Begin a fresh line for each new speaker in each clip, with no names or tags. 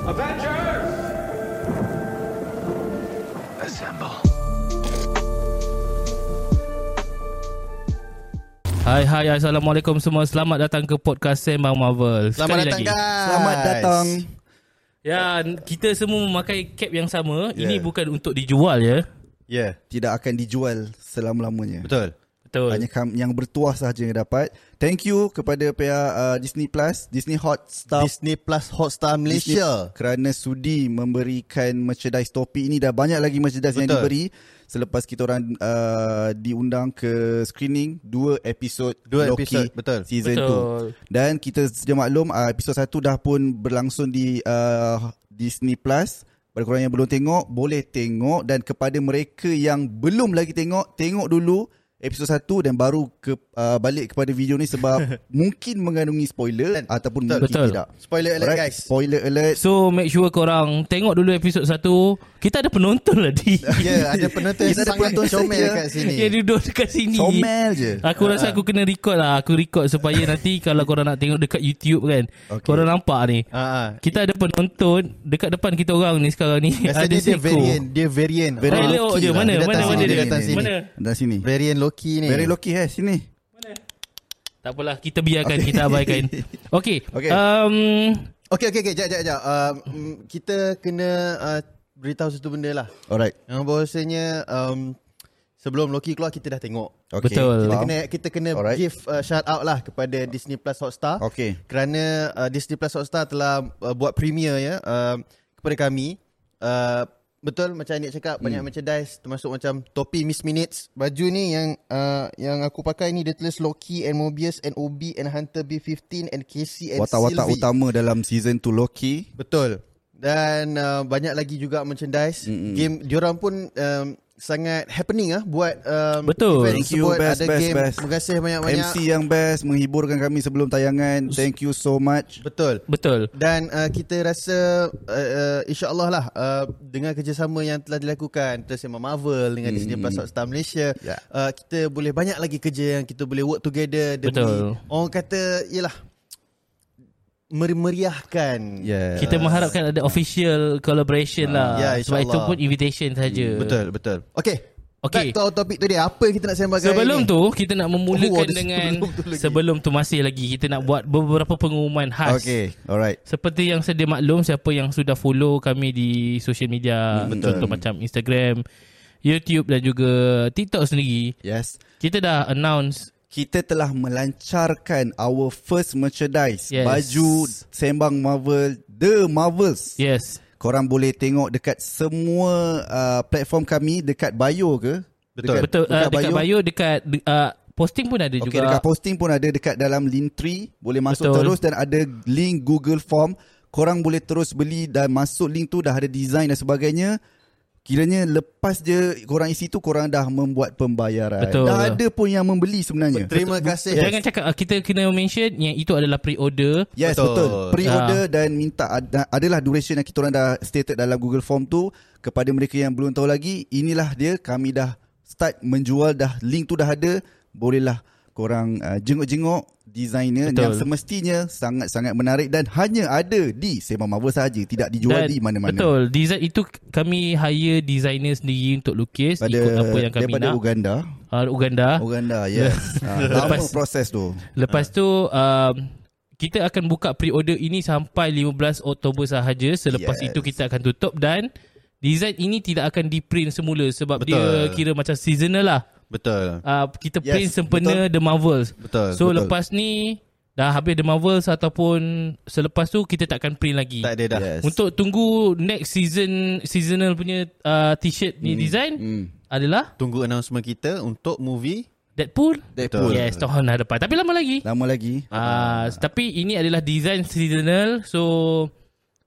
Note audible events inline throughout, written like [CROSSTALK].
Avengers!
Assemble.
Hai hai Assalamualaikum semua Selamat datang ke podcast Sembang Marvel
Selamat datang
lagi.
guys.
Selamat datang.
Ya kita semua memakai cap yang sama yeah. Ini
Yeah.
bukan untuk dijual
Ya,
ya
yeah,
Tidak akan dijual selama-lamanya.
betul.
Betul
Hanya kam- yang bertuah sahaja yang dapat. Thank you kepada pihak uh, Disney Plus, Disney Hotstar
Disney Plus Hotstar
Disney
Malaysia.
kerana sudi memberikan merchandise topi ini dah banyak lagi merchandise yang
Betul.
diberi selepas kita orang uh, diundang ke screening dua episod
Dua
Loki
episod, betul.
season
Betul.
2 dan kita sedia maklum uh, episod 1 dah pun berlangsung di uh, Disney Plus bagi korang yang belum tengok boleh tengok dan kepada mereka yang belum lagi tengok tengok dulu episod 1 dan baru ke uh, balik kepada video ni
[LAUGHS]
sebab mungkin mengandungi spoiler ataupun
Betul.
mungkin
Betul.
tidak
Spoiler alert
Alright,
guys.
Spoiler alert.
So make sure korang Tengok dulu episod 1 Kita ada penonton lah, tadi
[LAUGHS] Ya, yeah, ada penonton yang
Kita ada
sangat
penonton
comel
saja.
kat sini. Ah.
Yang duduk dekat sini
Somel ya. je.
Aku rasa aku kena record lah Aku record supaya
[LAUGHS]
nanti Kalau korang nak tengok dekat YouTube kan okay. Korang nampak ni
Ha ah.
Kita ada penonton Dekat depan kita orang ni sekarang ni
Biasanya dia
Seko.
variant, dia variant.
Variant
Ah,
elok
Loki
je.
lah.
Mana-
Dia datang
mana-
sini,
mana
dia
dia?
datang sini.
Mana?
Dah sini.
Variant Loki ni.
Very Loki eh sini.
Tak apalah kita biarkan Kita
[LAUGHS]
abaikan Okay,
Okay.
Um,
Okay, okay, okay. Jap, jap, jap. Um, mm, kita kena uh, beritahu satu benda lah.
Alright.
Yang bahawasanya um, sebelum Loki keluar kita dah tengok.
Okay.
Kita
Betul.
Faham?
kena kita kena
Alright.
give uh, shout out lah kepada Disney Plus Hotstar.
Okay.
Kerana uh, Disney Plus Hotstar telah uh, buat premier ya uh, kepada kami. Uh, betul macam Anik cakap hmm. banyak merchandise termasuk macam topi Miss Minutes. Baju ni yang uh, yang aku pakai ni dia tulis Loki and Mobius and Obi and Hunter B15 and Casey and
Watak-watak
Sylvie.
utama dalam season 2 Loki.
Betul. Dan uh, banyak lagi juga merchandise. Mm-hmm. Game diorang pun um, sangat happening ah buat um,
Betul.
event
Thank you.
tersebut.
Best,
ada
best,
game.
best.
Terima kasih banyak-banyak.
MC yang best menghiburkan kami sebelum tayangan. Thank you so much.
Betul.
Betul
Dan uh, kita rasa uh, uh, insya-Allah lah uh, dengan kerjasama yang telah dilakukan tersama Marvel dengan Disney Plus Hotstar Malaysia
Ya.
uh, kita boleh banyak lagi kerja yang kita boleh work together demi
Betul.
orang kata yalah meriahkan
Yeah.
Kita mengharapkan ada official collaboration lah.
ya,
Sebab itu
insyaAllah.
pun invitation saja.
Betul, betul. Okay.
Okey.
Back to our topic tu dia. Apa yang kita nak sembahkan
Sebelum
hari ni?
tu kita nak
Oh,
memulakan
ada
dengan
sebelum tu lagi.
sebelum tu masih lagi kita nak buat beberapa pengumuman khas.
Okay. Alright.
Seperti yang sedia maklum siapa yang sudah follow kami di social media
Hmm,
contoh macam Instagram, YouTube dan juga TikTok sendiri.
Yes.
Kita dah announce
Kita telah melancarkan our first merchandise.
Yes.
Baju Sembang Marvel The Marvels.
yes.
Korang boleh tengok dekat semua uh, platform kami dekat bio ke?
Betul.
Betul dekat, uh, dekat bio, dekat de- uh, posting pun ada
Okay,
juga.
dekat posting pun ada dekat dalam Linktree boleh
Betul.
masuk Betul. terus dan ada link Google Form. Korang boleh terus beli dan masuk link tu dah ada design dan sebagainya. Kiranya lepas je korang isi tu korang dah membuat pembayaran.
Betul.
Dah ada pun yang membeli sebenarnya.
Terima kasih.
Jangan cakap uh, kita kena mention yang itu adalah pre-order.
Yes
Betul.
betul. Pre-order
Ha.
dan minta ada, adalah duration yang kita orang dah stated dalam Google Form tu kepada mereka yang belum tahu lagi inilah dia kami dah start menjual dah link tu dah ada bolehlah korang uh, jenguk-jenguk designer
Betul.
yang semestinya sangat-sangat menarik dan hanya ada di Sembang Marvel sahaja tidak dijual di mana-mana.
Betul. Design itu kami hire designer sendiri untuk lukis
Pada
ikut apa yang kami
daripada
nak. Uganda. [LAUGHS]
Uganda. Ah.
Uh, Uganda.
Uganda, yes. uh, lama
Lepas-
proses tu.
Lepas tu um, kita akan buka pre-order ini sampai 15 Oktober sahaja. Selepas
Yes.
itu kita akan tutup dan design ini tidak akan di-print semula sebab Betul. dia kira macam seasonal lah.
Betul.
Uh, kita
Yes,
print sempena The Marvels.
Betul,
So
betul.
lepas ni dah habis The Marvels ataupun selepas tu kita tak akan print lagi.
Tak ada dah.
Yes.
Untuk tunggu next season seasonal punya uh, t-shirt ni design adalah
Tunggu announcement kita untuk movie.
Deadpool. Oh,
Deadpool.
Yes, tahun hadapan. Tapi lama lagi.
Lama lagi.
Ah, tapi ini adalah design seasonal. So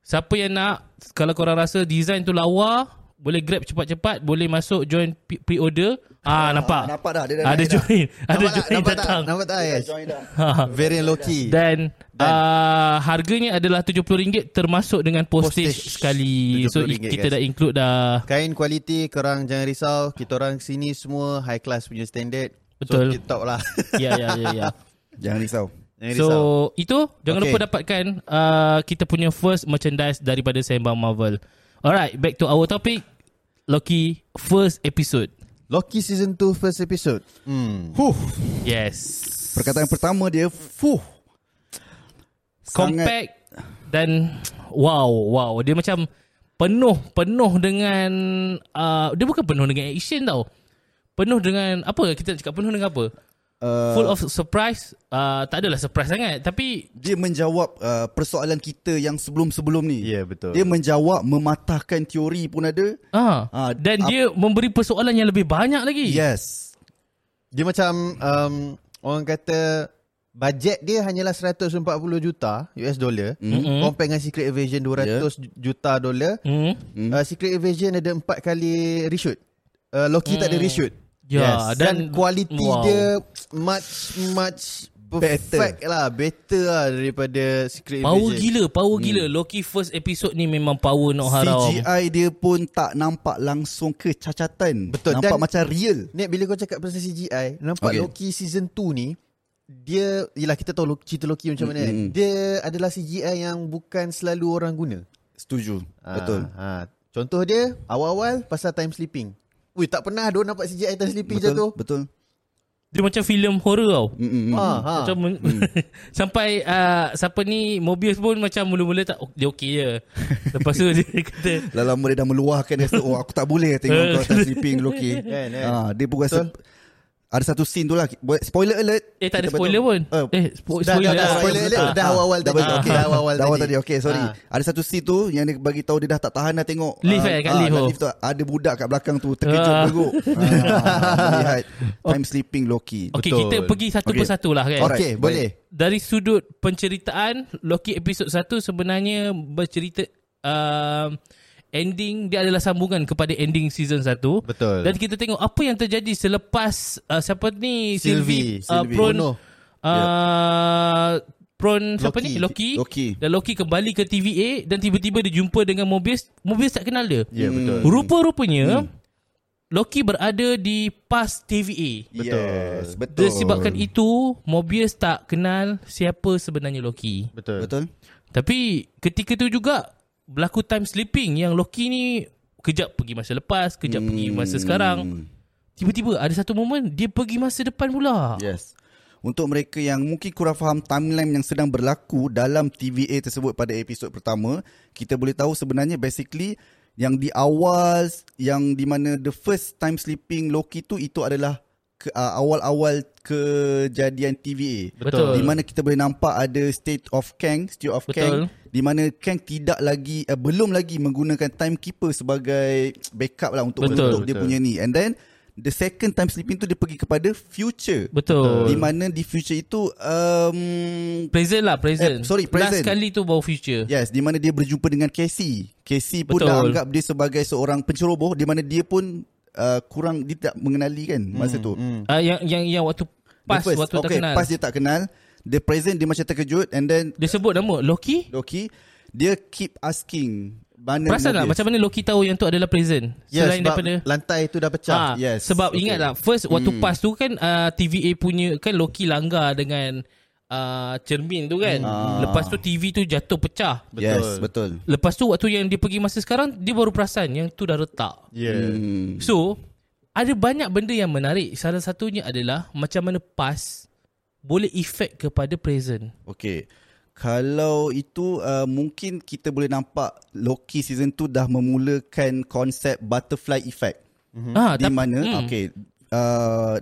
siapa yang nak kalau korang rasa design tu lawa, boleh grab cepat-cepat, boleh masuk join p- pre-order. Ah, nampak. Ah,
nampak dah, dia dah
ada
naik dah.
join. Ada
nampak
join
tak? Nampak
datang. Ha,
tak? Nampak tak? Yes.
Join dah.
Variant Loki.
Dan uh, harganya adalah RM70 termasuk dengan postage,
Postage.
sekali. So
RM70,
kita
guys.
dah include dah.
Kain kualiti korang jangan risau. Kita orang sini semua high class punya standard.
Betul.
So
[LAUGHS]
tip top lah.
[LAUGHS]
Ya ya ya ya.
Jangan risau.
Jangan
so
risau.
itu jangan
Okay.
okay. lupa dapatkan uh, kita punya first merchandise daripada Sembang Marvel. Alright, back to our topic. Loki first episode.
Loki season 2 first episode. Hmm.
Fuh.
Yes.
Perkataan pertama dia fuh. Sangat-
compact dan wow wow dia macam penuh penuh dengan uh, dia bukan penuh dengan action tau penuh dengan apa kita nak cakap penuh dengan apa uh, full of surprise uh, tak adalah surprise sangat tapi
dia menjawab uh, persoalan kita yang sebelum-sebelum ni.
Ya, betul.
Dia menjawab mematahkan teori pun ada.
ah
Ah,
dan
ap- Ya,
dia memberi persoalan yang lebih banyak lagi
Yes.
Dia macam um, orang kata bajet dia hanyalah 140 juta US dollar mm-hmm. compare dengan Secret Invasion 200 yeah. juta dollar.
hmm
Mm. Uh, Secret Invasion ada 4 kali reshoot. Uh, Loki mm. tak ada reshoot.
Hmm. Ya,
yes.
dan-
dan, kualiti
wow.
dia much much perfect better. lah, better lah daripada Secret
power
Invasion.
gila power gila Loki first episode ni memang power not haram
CGI dia pun tak nampak langsung kecacatan.
Betul,
Nampak
dan-
macam real.
Nek bila kau cakap pasal CGI, nampak
Okay.
okay. Loki season 2 ni dia yalah kita tahu Loki- cerita Loki macam mana. Mm-hmm. Dia adalah CGI yang bukan selalu orang guna.
Setuju.
Ah,
Betul.
ah. Contoh dia awal-awal pasal time sleeping. Ui tak pernah dia nampak CGI time sleeping
Betul.
macam tu.
Betul.
dia macam filem horror tau
Mm-mm.
Ha, ha.
Macam men- [LAUGHS] sampai uh, siapa ni Mobius pun macam mula-mula tak oh, dia okey je. Lepas tu dia kata
Dah lama dia dah meluahkan dia rasa, oh aku tak boleh tengok kau atas sleeping Loki.
Kan, kan.
ha, dia pun rasa ada satu scene tu lah. Buat Spoiler alert.
eh tak ada
Kita
spoiler
betul-
pun.
Eh,
eh spo-
Dah,
spoiler
dah, dah,
lah.
spoiler alert.
Ah,
Dah awal
Dah
tadi.
betul. Okey,
Dah awal
dah awal
tadi.
tadi. Okey, sorry.
Ah.
Ada satu scene tu yang dia bagi tahu dia dah tak tahan dah tengok.
Lift,
Ah,
eh, kat
ah,
lift tu.
tu. Ada budak kat belakang tu terkejut
Ah.
[LAUGHS] berguruk. Ah, Lihat time sleeping Loki.
Okey
Betul.
kita pergi satu
Okey.
persatu lah kan.
Alright.
Okey,
Baik.
boleh.
Dari sudut penceritaan Loki episod 1 sebenarnya bercerita um, ending dia adalah sambungan kepada ending season 1.
Betul.
Dan kita tengok apa yang terjadi selepas uh, siapa ni
Sylvie.
Sylvie, uh,
Sylvie.
prone
Bunuh.
Uh, Prawn siapa
Loki.
ni? Loki.
Loki.
Dan Loki kembali ke TVA dan tiba-tiba dia jumpa dengan Mobius. Mobius tak kenal dia.
Ya yeah, betul. Hmm.
Rupa-rupanya Loki berada di pas TVA.
Betul.
Yes, betul.
Disebabkan itu Mobius tak kenal siapa sebenarnya Loki.
Betul. betul.
Betul.
Tapi ketika tu juga berlaku time sleeping yang Loki ni kejap pergi masa lepas, kejap hmm. pergi masa sekarang. Tiba-tiba ada satu momen dia pergi masa depan pula.
Yes. Untuk mereka yang mungkin kurang faham timeline yang sedang berlaku dalam TVA tersebut pada episod pertama, kita boleh tahu sebenarnya basically yang di awal yang di mana the first time sleeping Loki tu itu adalah ke, uh, awal-awal kejadian TVA.
Betul.
Di mana kita boleh nampak ada state of Kang, state of
Betul.
Kang di mana Kang tidak lagi uh, belum lagi menggunakan timekeeper sebagai backup lah untuk
Betul.
untuk dia
Betul.
punya ni. And then the second time sleeping tu dia pergi kepada future.
Betul.
Di mana di future itu um,
Present lah present
Eh, sorry, present. Ya.
Last kali tu baru future
Yes, di mana dia berjumpa dengan Casey. Casey pun
Betul.
dah anggap dia sebagai seorang penceroboh di mana dia pun uh, kurang dia tak mengenali kan masa tu.
yeah. uh, Yang yang yang waktu
The
Pas
first,
waktu
okay,
tak kenal
Pas dia tak kenal. The present dia macam terkejut and then
Dia sebut nama Loki
Loki dia keep asking mana
Perasan tak
Mobius?
macam mana Loki tahu yang tu adalah present
Ya,
Selain
sebab
daripada
lantai tu dah pecah.
Ah,
yes,
Sebab
okay. Hmm.
okay. ingatlah First waktu pas tu kan uh, TVA punya Kan Loki langgar dengan uh, Cermin tu kan
Ah.
Lepas tu TV tu jatuh pecah
Yes, betul.
Lepas tu waktu yang dia pergi masa sekarang Dia baru perasan yang tu dah retak
Yeah.
Hmm.
So ada banyak benda yang menarik Salah satunya adalah Macam mana past Boleh efek kepada present
Okay. Kalau itu uh, mungkin kita boleh nampak Loki season 2 dah memulakan konsep butterfly effect.
hmm. ah,
Mhm. Di
tapi-
mana okay uh,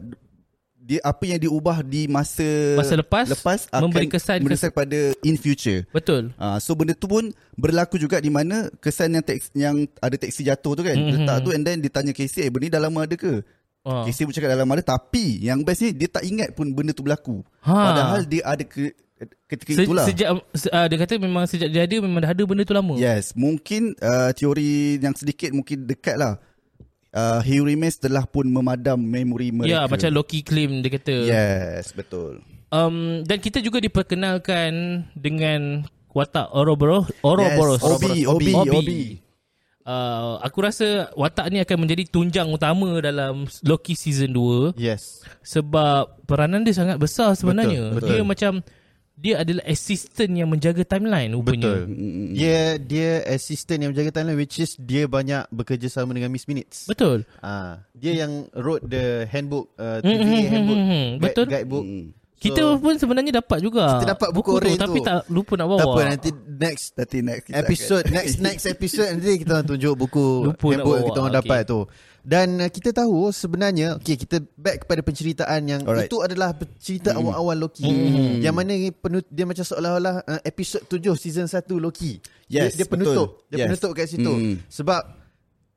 dia apa yang diubah di masa
Masa lepas,
lepas akan
memberi kesan-
memberi kesan kepada in future.
Betul
Ah, so benda tu pun berlaku juga di mana kesan yang teks, yang ada teksi jatuh tu kan
Hmm,
mm-hmm. letak tu and then dia tanya Casey eh, benda ni dah lama ada ke?
Ah.
Uh. Casey pun cakap dah lama ada tapi yang best ni dia tak ingat pun benda tu berlaku.
Ha.
Padahal dia ada ke, ketika
Se-
itulah.
Sejak se- ah, Dia kata memang sejak dia ada Memang dah ada benda tu lama
Yes, mungkin uh, teori yang sedikit mungkin dekat lah. Uh, He Remains telah pun memadam memori mereka.
Ya macam Loki claim dia kata
Yes, betul.
um, Dan kita juga diperkenalkan Dengan Watak Ouroboros Ouroboros
Yes, Obi, Obi, Obi.
Uh, aku rasa watak ni akan menjadi tunjang utama dalam Loki season 2
Yes.
sebab peranan dia sangat besar sebenarnya.
Betul,
Betul,
betul.
betul. Dia macam dia adalah assistant yang menjaga timeline rupanya.
Betul. Dia dia assistant yang menjaga timeline which is dia banyak bekerjasama dengan Miss Minutes.
Betul.
Ah, dia yang wrote the handbook uh, TV handbook.
mm, mm,
guide-
betul.
Guidebook.
Kita pun sebenarnya dapat juga.
Kita dapat buku
tu,
oren tu.
tapi tak lupa nak bawa.
Tak apa nanti next
Nanti next kita [LAUGHS]
episode next next episode nanti kita orang tunjuk buku
Lupa nak
handbook
bawa.
kita orang
Okay.
dapat tu. Dan uh, kita tahu sebenarnya okay kita back kepada penceritaan yang
Alright.
itu
Hmm.
adalah cerita awal-awal Loki yang mana ni penu- dia macam seolah-olah uh, episod 7 season 1 Loki.
Yes,
dia, dia penutup,
betul.
dia
Yes.
penutup kat situ.
Mm.
Sebab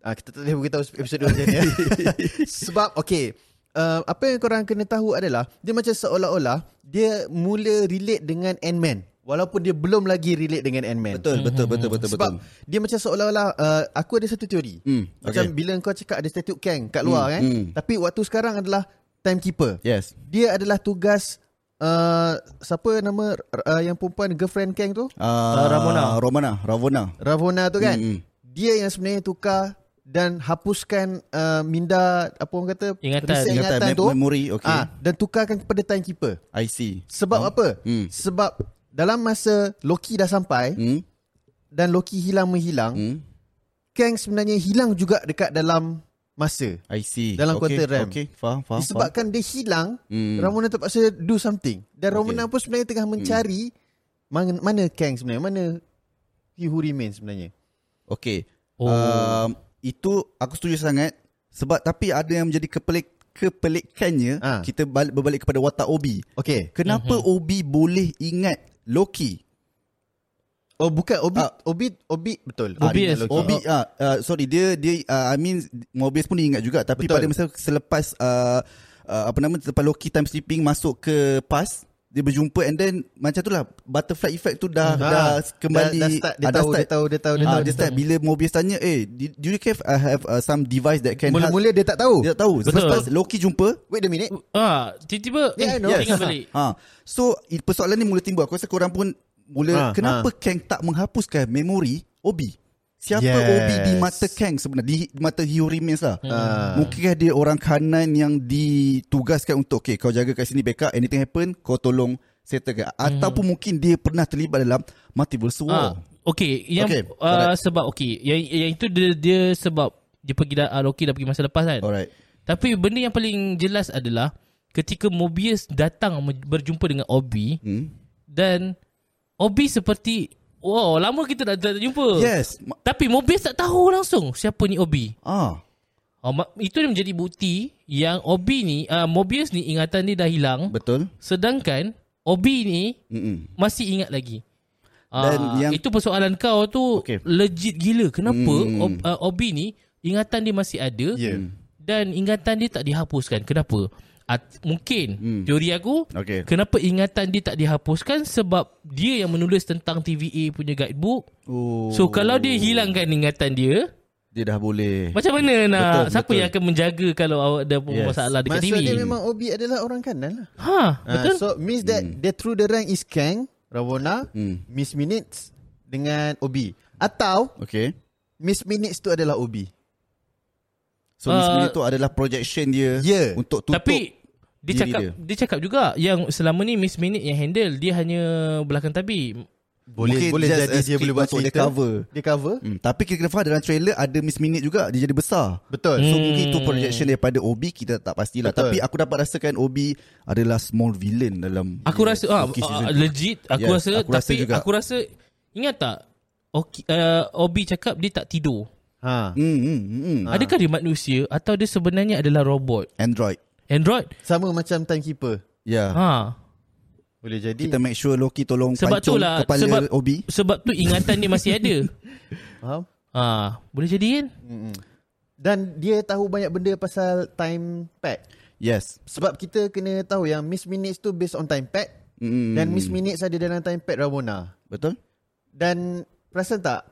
ah kita tak boleh beritahu episod 2 macam ni.
[LAUGHS]
eh. Sebab okay Uh, apa yang korang kena tahu adalah Dia macam seolah-olah Dia mula relate dengan Ant-Man Walaupun dia belum lagi relate dengan Ant-Man
Betul, betul, betul, betul, betul.
sebab dia macam seolah-olah uh, aku ada satu teori.
Hmm,
Macam
okay.
bila kau cakap ada statue Kang kat luar kan.
hmm.
Tapi waktu sekarang adalah timekeeper.
Yes.
Dia adalah tugas uh, siapa nama uh, yang perempuan girlfriend Kang tu?
Uh,
Ramona.
Ramona, Ravona.
Ravona tu kan.
Hmm, hmm.
Dia yang sebenarnya tukar dan hapuskan uh, minda apa orang kata
Ingatan.
reset
Ingatan,
ingatan
mem-
tu
memory, okay.
Ah, dan tukarkan kepada timekeeper.
I see.
Sebab apa?
Hmm.
Sebab dalam masa Loki dah sampai
Hmm.
dan Loki hilang menghilang
Hmm.
Kang sebenarnya hilang juga dekat dalam masa.
I see.
Dalam
okay.
quarter RAM.
Okay, faham, faham.
Disebabkan dia hilang,
Hmm.
Ramona terpaksa do something. Dan Ramona pun sebenarnya tengah mencari mana, mana Kang sebenarnya, mana He Who Remains sebenarnya.
faham. Okay.
Oh.
Oh.
Ah.
Um, itu aku setuju sangat. Sebab tapi ada yang menjadi kepelik kepelikannya
Ah. Mhm.
kita balik, berbalik kepada watak Obi.
Okay.
Kenapa mm-hmm. Obi boleh ingat Loki?
Oh bukan Obi
Ah.
Obi Obi betul.
Obi
Ah,
is-
Loki.
Obi ah uh, sorry dia dia uh, I mean Mobius pun dia ingat juga tapi
Betul.
Betul. pada masa selepas uh, uh, apa nama selepas Loki time sleeping masuk ke past dia berjumpa and then macam tu lah butterfly effect tu
Ah,
dah dah kembali
dah, dah start, dia,
ah, dah
tahu, dia
start.
tahu dia tahu dia
Ah,
tahu
dia start bila Mobius tanya eh do do you have uh, have uh, some device that can help?
Mula-mula dia tak tahu.
dia tak tahu
Betul.
selepas Loki jumpa
Wait a minute.
Ah, tiba-tiba
Yeah, I
yeah, eh,
know.
yes. ingat balik.
ha so i- persoalan ni mula timbul aku rasa korang pun
Ah,
mula kenapa Kang tak menghapuskan memori Obi Siapa
Yes.
Obi di mata Kang sebenarnya Di di mata Hugh Remains lah
Ah.
Mungkinkah dia orang kanan yang ditugaskan untuk Okay kau jaga kat sini backup Anything happen kau tolong settlekan
Mhm.
Ataupun mungkin dia pernah terlibat dalam Multiverse
Ah,
War
okay, yang
Okay,
okay, uh,
Oh. alright.
sebab okay, yang, yang itu dia, dia sebab dia pergi dah, uh, Loki dah pergi masa lepas kan.
Alright
Tapi benda yang paling jelas adalah ketika Mobius datang me- berjumpa dengan Obi
hmm.
dan Obi seperti wow lama kita dah tak jumpa.
Yes Ma-
Tapi Mobius tak tahu langsung siapa ni Obi.
Ah,
Oh, ma- itu yang menjadi bukti yang Obi ni uh, Mobius ni ingatan dia dah hilang
Betul
sedangkan Obi ni
Mm-mm.
masih ingat lagi.
Dan
Ah,
yang-
itu persoalan kau tu
Okey.
legit gila. Kenapa
Hmm.
Ob, uh, Obi ni ingatan dia masih ada
Yeah.
dan ingatan dia tak dihapuskan. Kenapa? At, mungkin
Hmm.
teori aku
Okay
kenapa ingatan dia tak dihapuskan sebab dia yang menulis tentang TVA punya guidebook.
oh,
So kalau dia hilangkan ingatan dia,
Dia dah boleh
macam mana nak
Betul,
siapa
betul.
yang akan menjaga kalau awak ada yes.
Yes.
masalah dekat
Maksud
TV?
dia memang Obi adalah orang kanan lah.
Ha,
Ah,
betul.
so means that hmm. they through the rank is Kang, Ravona,
Hmm.
Miss Minutes dengan Obi. Atau
Okay
Miss Minutes tu adalah Obi.
So uh, Miss
Ah,
Minutes tu adalah projection dia
Yeah.
Untuk tutup
Tapi dia
diri
cakap dia.
dia.
dia cakap juga yang selama ni Miss Minute yang handle dia hanya belakang tabi.
Mungkin just a skip untuk dia cover.
Dia cover.
hmm, Tapi kita kena faham dalam trailer Ada Miss Minutes juga Dia jadi besar
Betul.
So
Hmm.
mungkin itu projection daripada Obi Kita tak pastilah
Betul.
Betul. Tapi aku dapat rasakan Obi adalah small villain dalam
Aku rasa ah,
Loki season
ah,
two.
legit aku
Yes,
rasa
aku
tapi
rasa juga.
aku rasa ingat tak Oki, uh, Obi cakap dia tak tidur.
Ha.
Hmm, hmm, hmm, hmm.
Adakah dia manusia atau dia sebenarnya adalah robot?
Android
Android?
Sama macam timekeeper.
Ya yeah.
Ha.
Boleh jadi.
Kita make sure Loki tolong
Sebab tu
pancung
lah,
kepala
sebab-
Obi
Sebab tu ingatan dia masih
[LAUGHS]
ada.
faham?
Ha, boleh jadi kan?
Dan dia tahu banyak benda pasal time pad.
Yes
Sebab kita kena tahu yang Miss Minutes tu based on time pad
Hmm,
dan Miss Minutes ada dalam time pad Ramona.
Betul?
Dan perasan tak?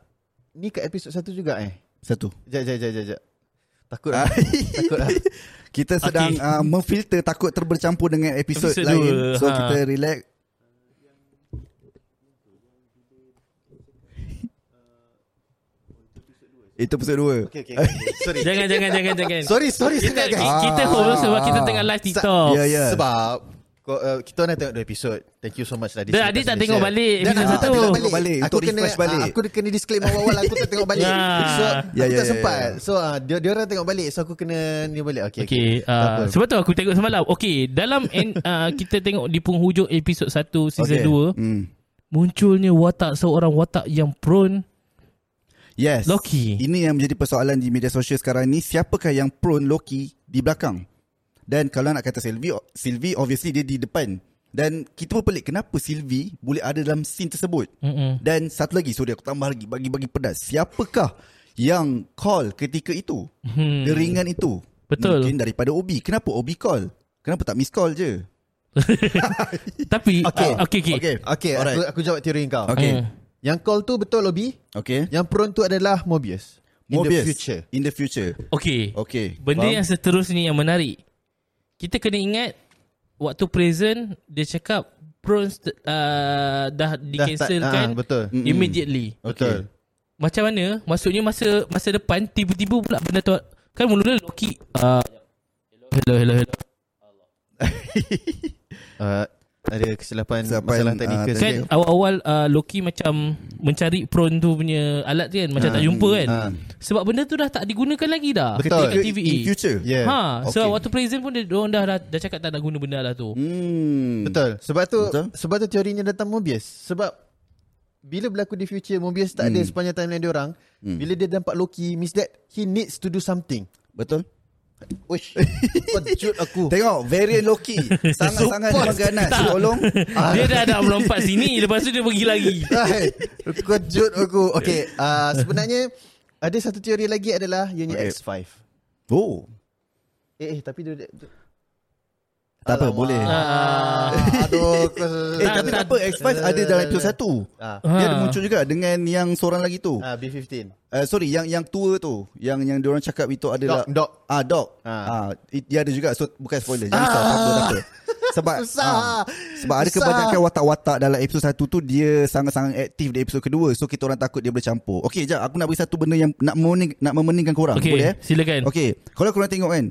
Ni kat episod satu juga eh.
Satu
Jap jap jap jap jap. Takut lah.
[LAUGHS]
Takut lah.
Kita sedang
Okay.
okay. uh, memfilter takut terbercampur dengan episod
Episod dua,
lain. So
ha.
ha. kita relax. Itu episod 2.
Okay, okay, okay. Sorry.
Jangan jangan jangan jangan.
sorry, sorry sangat
kita,
guys.
kita
Ah.
host sebab kita tengah live TikTok.
Ya, ya.
Sebab Ko, uh, kita orang dah tengok dua episod. Thank you so much lah.
Dah, Adik tak tengok balik
aku
episod satu.
tak tengok
Tengok balik,
Aku
untuk
kena,
refresh balik.
ah, aku kena disclaimer awal-awal aku tak tengok balik.
[LAUGHS] Ya.
So,
Ya,
aku
ya,
tak
ya,
sempat.
ya.
So, ah, dia, dia orang tengok balik. So, aku kena ni balik. Okay, okay.
Okay,
Tak
uh,
apa.
sebab tu aku tengok semalam. Okay, dalam en, [LAUGHS] uh, kita tengok di penghujung episod 1 season
Okay.
2,
Hmm.
munculnya watak seorang watak yang prone
Yes.
Loki.
Ini yang menjadi persoalan di media sosial sekarang ni. Siapakah yang prone Loki di belakang? Dan kalau nak kata Sylvie, Sylvie obviously dia di depan. Dan kita pun pelik kenapa Sylvie boleh ada dalam scene tersebut.
Mm-mm.
Dan satu lagi, sorry aku tambah lagi, bagi-bagi pedas. Siapakah yang call ketika itu?
Hmm.
Deringan itu.
Betul.
Mungkin daripada Obi. Kenapa Obi call? Kenapa tak miss call je?
[LAUGHS]
Tapi uh,
Okay.
Ah, okay, okay, okay.
Okay.
Okay,
Alright.
aku, aku jawab teori kau.
Okay.
Hmm.
Yang call tu betul, Lobby.
Okay.
Yang prone tu adalah Mobius. In
Mobius.
the future.
In the future.
okay.
Okay.
Benda yang seterusnya yang menarik. Kita kena ingat waktu present dia cakap Bronze uh,
ah,
dah dicancelkan
betul.
Mm-mm.
immediately.
Betul.
Macam mana? Maksudnya masa masa depan tiba-tiba pula benda tu kan mula-mula Loki uh, hello hello hello.
Uh, ada kesilapan,
Kesilapan,
masalah
ah,
teknikal.
teknikal.
sikit.
Kan awal-awal uh, Loki macam mencari prone tu punya alat tu kan macam tak jumpa kan.
ah.
Sebab benda tu dah tak digunakan lagi dah.
Betul.
Ketika
In
TVE.
future.
Yeah.
Ha, so
Okay.
waktu present pun dia orang dah, dah dah cakap tak nak guna benda lah tu.
Hmm.
Betul. Sebab tu
Betul.
Betul? sebab tu teorinya datang Mobius. Sebab bila berlaku di future Mobius tak ada
Hmm.
sepanjang timeline dia orang. Bila dia nampak Loki means that he needs to do something.
Betul.
Wish. Kejut aku.
[LAUGHS] Tengok varian [LAUGHS] Loki sangat-sangat memang ganas. [LAUGHS] Tolong. Ah.
Dia dah dah melompat sini Lepas tu dia pergi lagi
Hai. Kejut aku. Okay. Uh, sebenarnya ada satu teori lagi adalah dia punya
Okay.
X5.
Oh.
Eh, eh tapi dia... dia-
Tak
Alamak.
apa, boleh.
Ah,
[LAUGHS]
aduh.
Eh tapi tak apa X5 ada dalam episod 1.
Ah,
Dia
Ha.
ada muncul juga dengan yang seorang lagi tu.
ah, B15.
Uh, sorry yang yang tua tu yang yang diorang cakap itu adalah
Doc, Doc.
ah Doc ah,
Ah.
it- dia ada juga so bukan spoiler jangan risau tak apa tak apa [LAUGHS] sebab
Susah.
ah, sebab ada
Susah.
kebanyakan watak-watak dalam episod satu tu dia sangat-sangat aktif di episod kedua so kita orang takut dia bercampur okey jap aku nak bagi satu benda yang nak memening, nak memeningkan korang
Okey,
boleh eh
silakan.
okey kalau korang tengok kan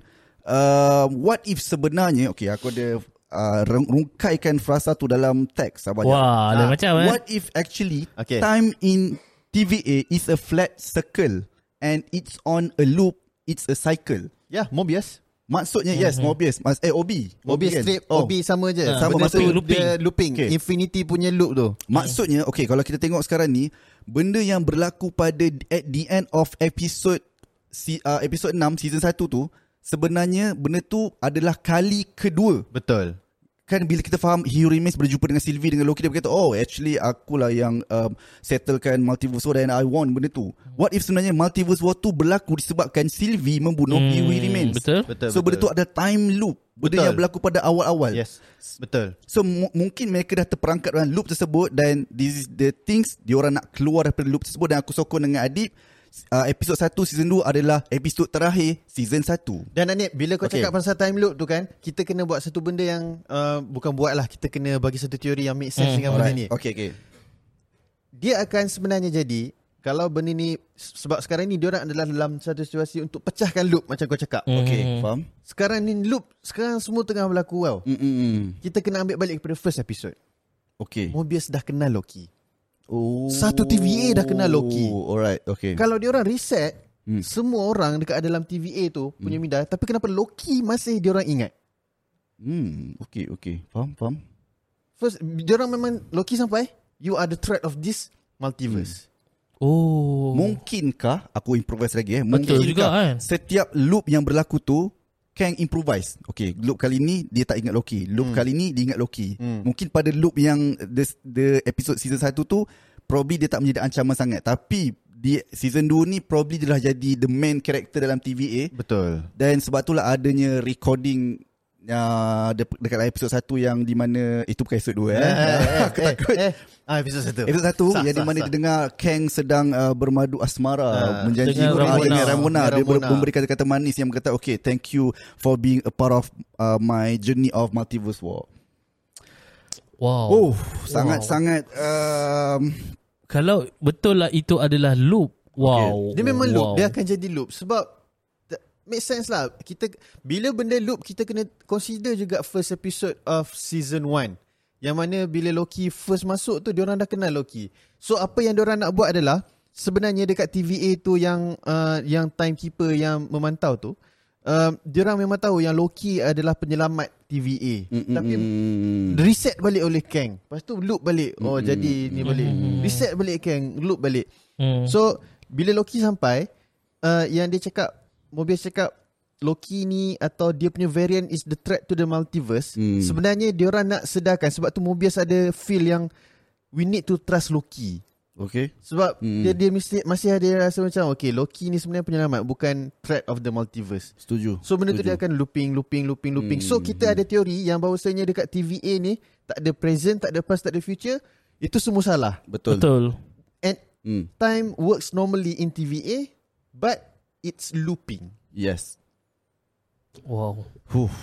uh, what if sebenarnya okey aku ada uh, rung- rungkaikan frasa tu dalam teks abang
Wah Dah
Ah,
macam eh
What if actually
Okay.
time in TVA is a flat circle and it's on a loop, it's a cycle.
Ya, yeah, Mobius.
Maksudnya yes,
Mm-hmm.
Mobius. Mas, eh, Obi.
Obi strip
Oh.
Obi sama je
Ah,
Sama
benda
kan? Benda tu
tu
looping.
Dia looping
Okay.
okay. Infinity punya loop tu
Maksudnya, okay, kalau kita tengok sekarang ni, benda yang berlaku pada at the end of episode si, uh, episode 6 season 1 tu, sebenarnya benda tu adalah kali kedua
Betul
kan bila kita faham He Remains berjumpa dengan Sylvie dengan Loki dia berkata oh actually akulah yang um, settlekan multiverse war and I won benda tu what if sebenarnya multiverse war tu berlaku disebabkan Sylvie membunuh He Remains
Betul
Betul
so benda tu ada time loop benda
Betul.
yang berlaku pada awal-awal
Yes Betul
so mu- mungkin mereka dah terperangkap dalam loop tersebut dan this is the things diorang nak keluar daripada loop tersebut dan aku sokong dengan Adib uh, episod 1 season 2 adalah episod terakhir season 1
Dan Anip Bila kau
Okay.
okay. cakap pasal time loop tu kan Kita kena buat satu benda yang uh, Bukan buat lah Kita kena bagi satu teori yang make sense Dengan benda ni
okay okay
Dia akan sebenarnya jadi Kalau benda ni Sebab sekarang ni Diorang adalah dalam satu situasi Untuk pecahkan loop Macam kau cakap
okay faham
Sekarang ni loop Sekarang semua tengah berlaku wow
mm -mm.
Kita kena ambil balik kepada first episode
okay
Mobius dah kenal Loki
Oh.
Satu TVA dah kenal Loki.
Alright, okay.
Kalau dia orang reset hmm. semua orang dekat dalam TVA tu punya minda tapi kenapa Loki masih dia orang ingat?
Hmm, okay, okay. Faham, faham.
First dia orang memang Loki sampai you are the threat of this multiverse.
Oh
Mungkinkah aku improvise lagi eh?
Betul
Mungkinkah
juga, kan?
Setiap loop yang berlaku tu Kang improvise. Okay, loop kali ni dia tak ingat Loki. Loop hmm. kali ni dia ingat Loki. Hmm. Mungkin pada loop yang the, the episode season 1 tu probably dia tak menjadi ancaman sangat. Tapi di season 2 ni probably dia dah jadi the main character dalam TVA.
Betul.
Dan sebab itulah adanya recording uh, de- dekat dalam episod 1 yang di mana itu bukan episod 2 eh. aku
eh,
takut.
Eh, ah episod satu.
Episod 1
Sah,
yang di
sah,
mana
sah.
dia dengar Kang sedang uh, bermadu asmara menjanji
dengan
ah,
Ramona.
dengan Ramona.
Dengan
Dia ber-
Ramona.
memberi kata-kata manis yang berkata okay thank you for being a part of uh, my journey of multiverse war.
Wow
Oh, sangat-sangat um,
Kalau betul lah itu adalah loop Wow
Dia memang loop,
ya?
wow.
dia akan jadi loop sebab t- make sense lah. Kita bila benda loop kita kena consider juga first episode of season 1. Yang mana bila Loki first masuk tu diorang dah kenal Loki. So apa yang diorang nak buat adalah sebenarnya dekat TVA tu yang uh, yang timekeeper yang memantau tu uh, diorang memang tahu yang Loki adalah penyelamat TVA. Mm-mm. Tapi reset balik oleh Kang. Lepas tu loop balik. Oh mm jadi ni balik. Reset balik Kang, loop balik.
Hmm.
So bila Loki sampai uh, yang dia cakap Mobius cakap Loki ni atau dia punya variant is the threat to the multiverse.
Hmm.
Hmm. Sebenarnya diorang nak sedarkan sebab tu Mobius ada feel yang we need to trust Loki.
Okay.
Sebab hmm.
Hmm.
dia dia mesti, masih ada rasa macam okay Loki ni sebenarnya penyelamat bukan threat of the multiverse.
Setuju.
So benda tu
Setuju.
dia akan looping looping looping looping. Hmm. So kita ada teori yang bahawasanya dekat TVA ni tak ada present, tak ada past, tak ada future. Itu semua salah.
Betul.
Betul.
And
Hmm.
time works normally in TVA but it's looping.
Yes.
Wow.
Huh.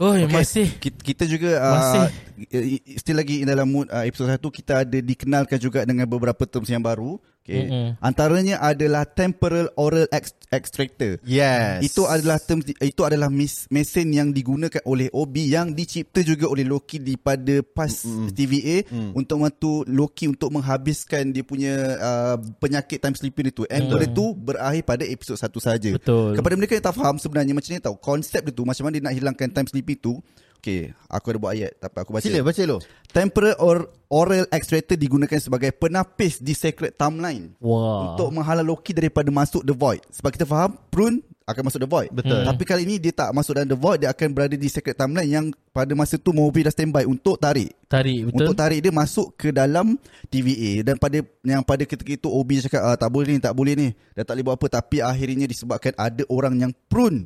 Oh, okay. masih.
Kita, kita juga
Masih.
uh, i- i- still lagi dalam mood uh, episod 1 kita ada dikenalkan juga dengan beberapa terms yang baru. Okay.
Mm-mm.
Antaranya adalah temporal oral ex- extractor.
Yes.
Itu adalah term itu adalah mes- mesin yang digunakan oleh Obi yang dicipta juga oleh Loki daripada pas TVA
Hmm.
untuk membantu Loki untuk menghabiskan dia punya uh, penyakit time sleeping itu. And mm. itu berakhir pada episod satu saja.
Betul.
Kepada mereka yang tak faham sebenarnya macam ni tahu konsep dia tu macam mana dia nak hilangkan time sleeping tu. Okay, aku ada buat ayat tapi aku baca.
Sila baca lo.
Temporal or oral extractor digunakan sebagai penapis di sacred timeline
Wah.
untuk menghalang Loki daripada masuk The Void. Sebab kita faham Prune akan masuk The Void.
Betul.
Tapi kali ini dia tak masuk dalam The Void, dia akan berada di Secret Timeline yang pada masa tu Mobi dah standby untuk tarik.
tarik betul.
Untuk tarik dia masuk ke dalam TVA dan pada yang pada ketika itu Obi cakap ah, tak boleh ni tak boleh ni dah tak boleh buat apa tapi akhirnya disebabkan ada orang yang prune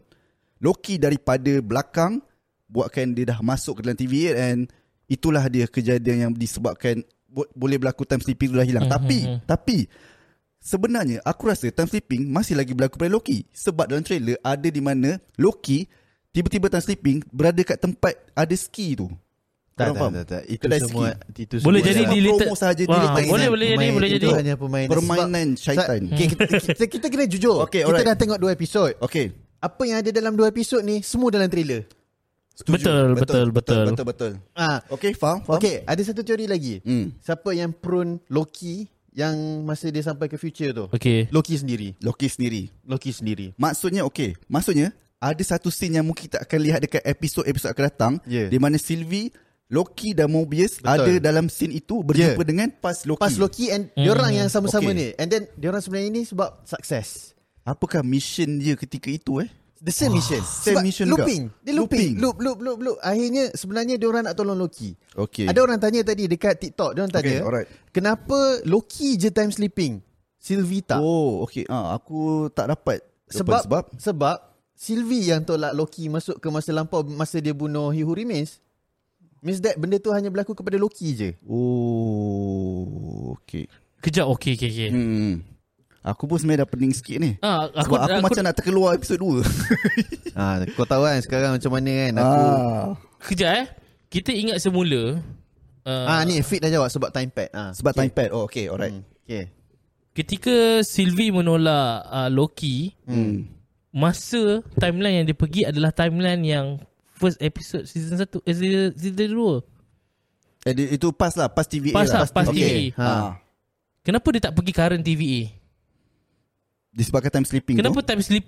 Loki daripada belakang buatkan dia dah masuk ke dalam TVA and itulah dia kejadian yang disebabkan bo- boleh berlaku time sleeping tu dah hilang tapi tapi Sebenarnya aku rasa time sleeping masih lagi berlaku pada Loki sebab dalam trailer ada di mana Loki tiba-tiba time sleeping berada kat tempat ada ski tu.
Tak,
Korang
tak,
faham?
tak, tak. Itu
Kedai
semua
ski.
itu semua
boleh jadi
Cuma
adalah
deleted.
promo sahaja,
Wah,
deleted
boleh
kan?
boleh jadi
permainan.
boleh
Itu
jadi.
hanya permainan.
Permainan
Sebab-
syaitan.
Sa- okay, kita, kita, kita kena jujur.
Okay,
kita
alright.
dah tengok dua episod.
Okay.
Apa yang ada dalam dua episod ni semua dalam trailer.
Setuju.
Betul, betul, betul.
Betul, betul.
Ah,
Okay, faham, faham.
okay, ada satu teori lagi.
Hmm.
Siapa yang prone Loki yang masa dia sampai ke future tu?
Okey.
Loki sendiri.
Loki sendiri.
Loki sendiri.
Maksudnya, okay. Maksudnya, ada satu scene yang mungkin kita akan lihat dekat episod-episod akan datang.
Yeah.
Di mana Sylvie, Loki dan Mobius
Betul.
ada dalam scene itu berjumpa
Yeah.
dengan pas Loki.
Pas Loki and hmm. diorang yang sama-sama
Okay.
ni. And then diorang sebenarnya ni sebab success.
Apakah mission dia ketika itu eh?
The same mission. Sebab
same mission
looping.
juga.
Dia looping.
Looping.
Loop, loop, loop, loop. Akhirnya sebenarnya diorang nak tolong Loki.
Okay.
Ada orang tanya tadi dekat TikTok. Diorang
Okay,
tanya,
alright.
kenapa Loki je time sleeping? Sylvie tak.
Oh, okay. Ah, aku tak dapat.
sebab,
sebab
sebab sebab Sylvie yang tolak Loki masuk ke masa lampau masa dia bunuh He Who Remains. Means that benda tu hanya berlaku kepada Loki je.
Oh, okay.
Kejap okey okey okey.
Hmm. Aku pun sebenarnya dah pening sikit ni.
Ah,
Aku,
aku,
Sebab aku, aku macam nak terkeluar episod 2.
ha, kau tahu kan sekarang macam mana kan aku.
ah.
kejap eh. Kita ingat semula uh,
Ah, ni Fit dah jawab sebab time pad. Ah.
Sebab okay. time pad. Oh, okay. Alright.
Hmm, Okay.
ketika Sylvie menolak uh, Loki,
Hmm.
masa timeline yang dia pergi adalah timeline yang first episode season 1 eh, season, season 2.
Eh, di- itu pas lah. Pas TVA
Pas lah,
lah.
pas
Okay.
TVA.
Ha.
Kenapa dia tak pergi current TVA?
Disebabkan time sleeping
Kenapa
tu.
time sleep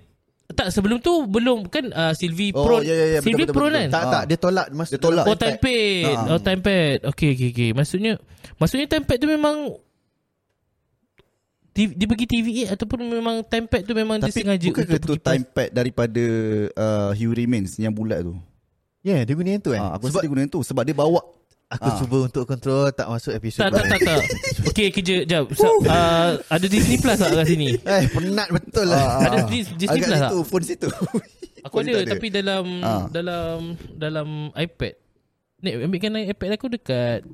tak sebelum tu belum kan uh, Sylvie
Oh,
prone.
ya, ya, ya, betul,
Sylvie
betul,
prone
betul,
kan?
Tak
Ah.
tak dia tolak masa
Dia tolak.
dalam
Oh time pad.
Ah.
Oh time pad. Okey okey okey. Maksudnya maksudnya time pad tu memang T- dia pergi TVA ataupun memang time pad tu memang dia
Tapi
sengaja
bukan ke
untuk
tu
pergi
time pad daripada uh, Hugh Remains yang bulat tu?
Yeah, dia guna yang
eh?
tu kan.
Ah, aku
sebab
rasa dia guna yang tu. Sebab dia bawa.
aku
Ah.
cuba untuk kontrol tak masuk episod.
Tak tak tak
[LAUGHS]
tak. Okey kerja jap. So, uh, ada Disney Plus tak kat sini?
Eh, penat betul lah.
[LAUGHS] Ada Dis- Disney
Ah,
Plus
Agak itu, phone situ.
[LAUGHS] Aku
Phone
ada,
tak
ada tapi dalam
Ah.
dalam dalam iPad. Nek ambilkan iPad aku dekat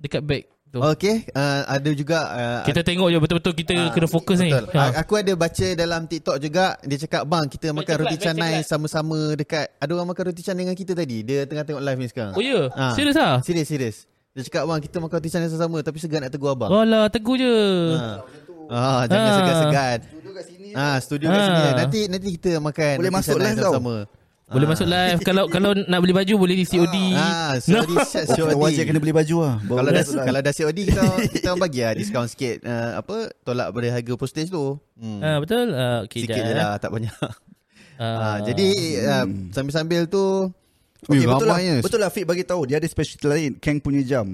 dekat bag tu.
Oh,
Okay, ah, ada juga ah,
kita tengok je betul-betul kita
Ah,
kena fokus ni.
Betul.
Ha.
A- Aku ada baca dalam TikTok juga dia cakap bang kita makan
coklat,
roti
black
canai
coklat."
sama-sama dekat ada orang makan roti canai dengan kita tadi. Dia tengah tengok live ni sekarang.
Oh ya.
Ah.
Serius ah?
Ah.
Serius serius. Dia cakap bang kita makan roti canai sama-sama tapi segan nak tegur abang.
Alah tegur je.
Ha. Ah, jangan
Ah.
segan-segan.
Dulu kat sini
Ah, studio kat sini.
Ah.
kan. Nanti nanti kita makan.
Boleh
nanti
masuk
sana
live tau.
Sama.
Boleh masuk live Kalau kalau nak beli baju Boleh di COD
Ah, sorry, no.
Oh, kita wajib kena beli baju lah Baru
Kalau dah
masuk live.
kalau dah COD
[LAUGHS]
kita kita orang bagi lah diskaun sikit uh, apa tolak dari harga postage tu. Hmm.
Ah, Betul Ah, okay,
sikit
jap,
je
eh.
lah tak banyak.
Ah,
Ah, jadi uh,
Hmm.
sambil-sambil tu
Ui,
Okey,
betul lah,
ramainya.
betul lah Fit bagi tahu dia ada specialty lain. Kang punya jam.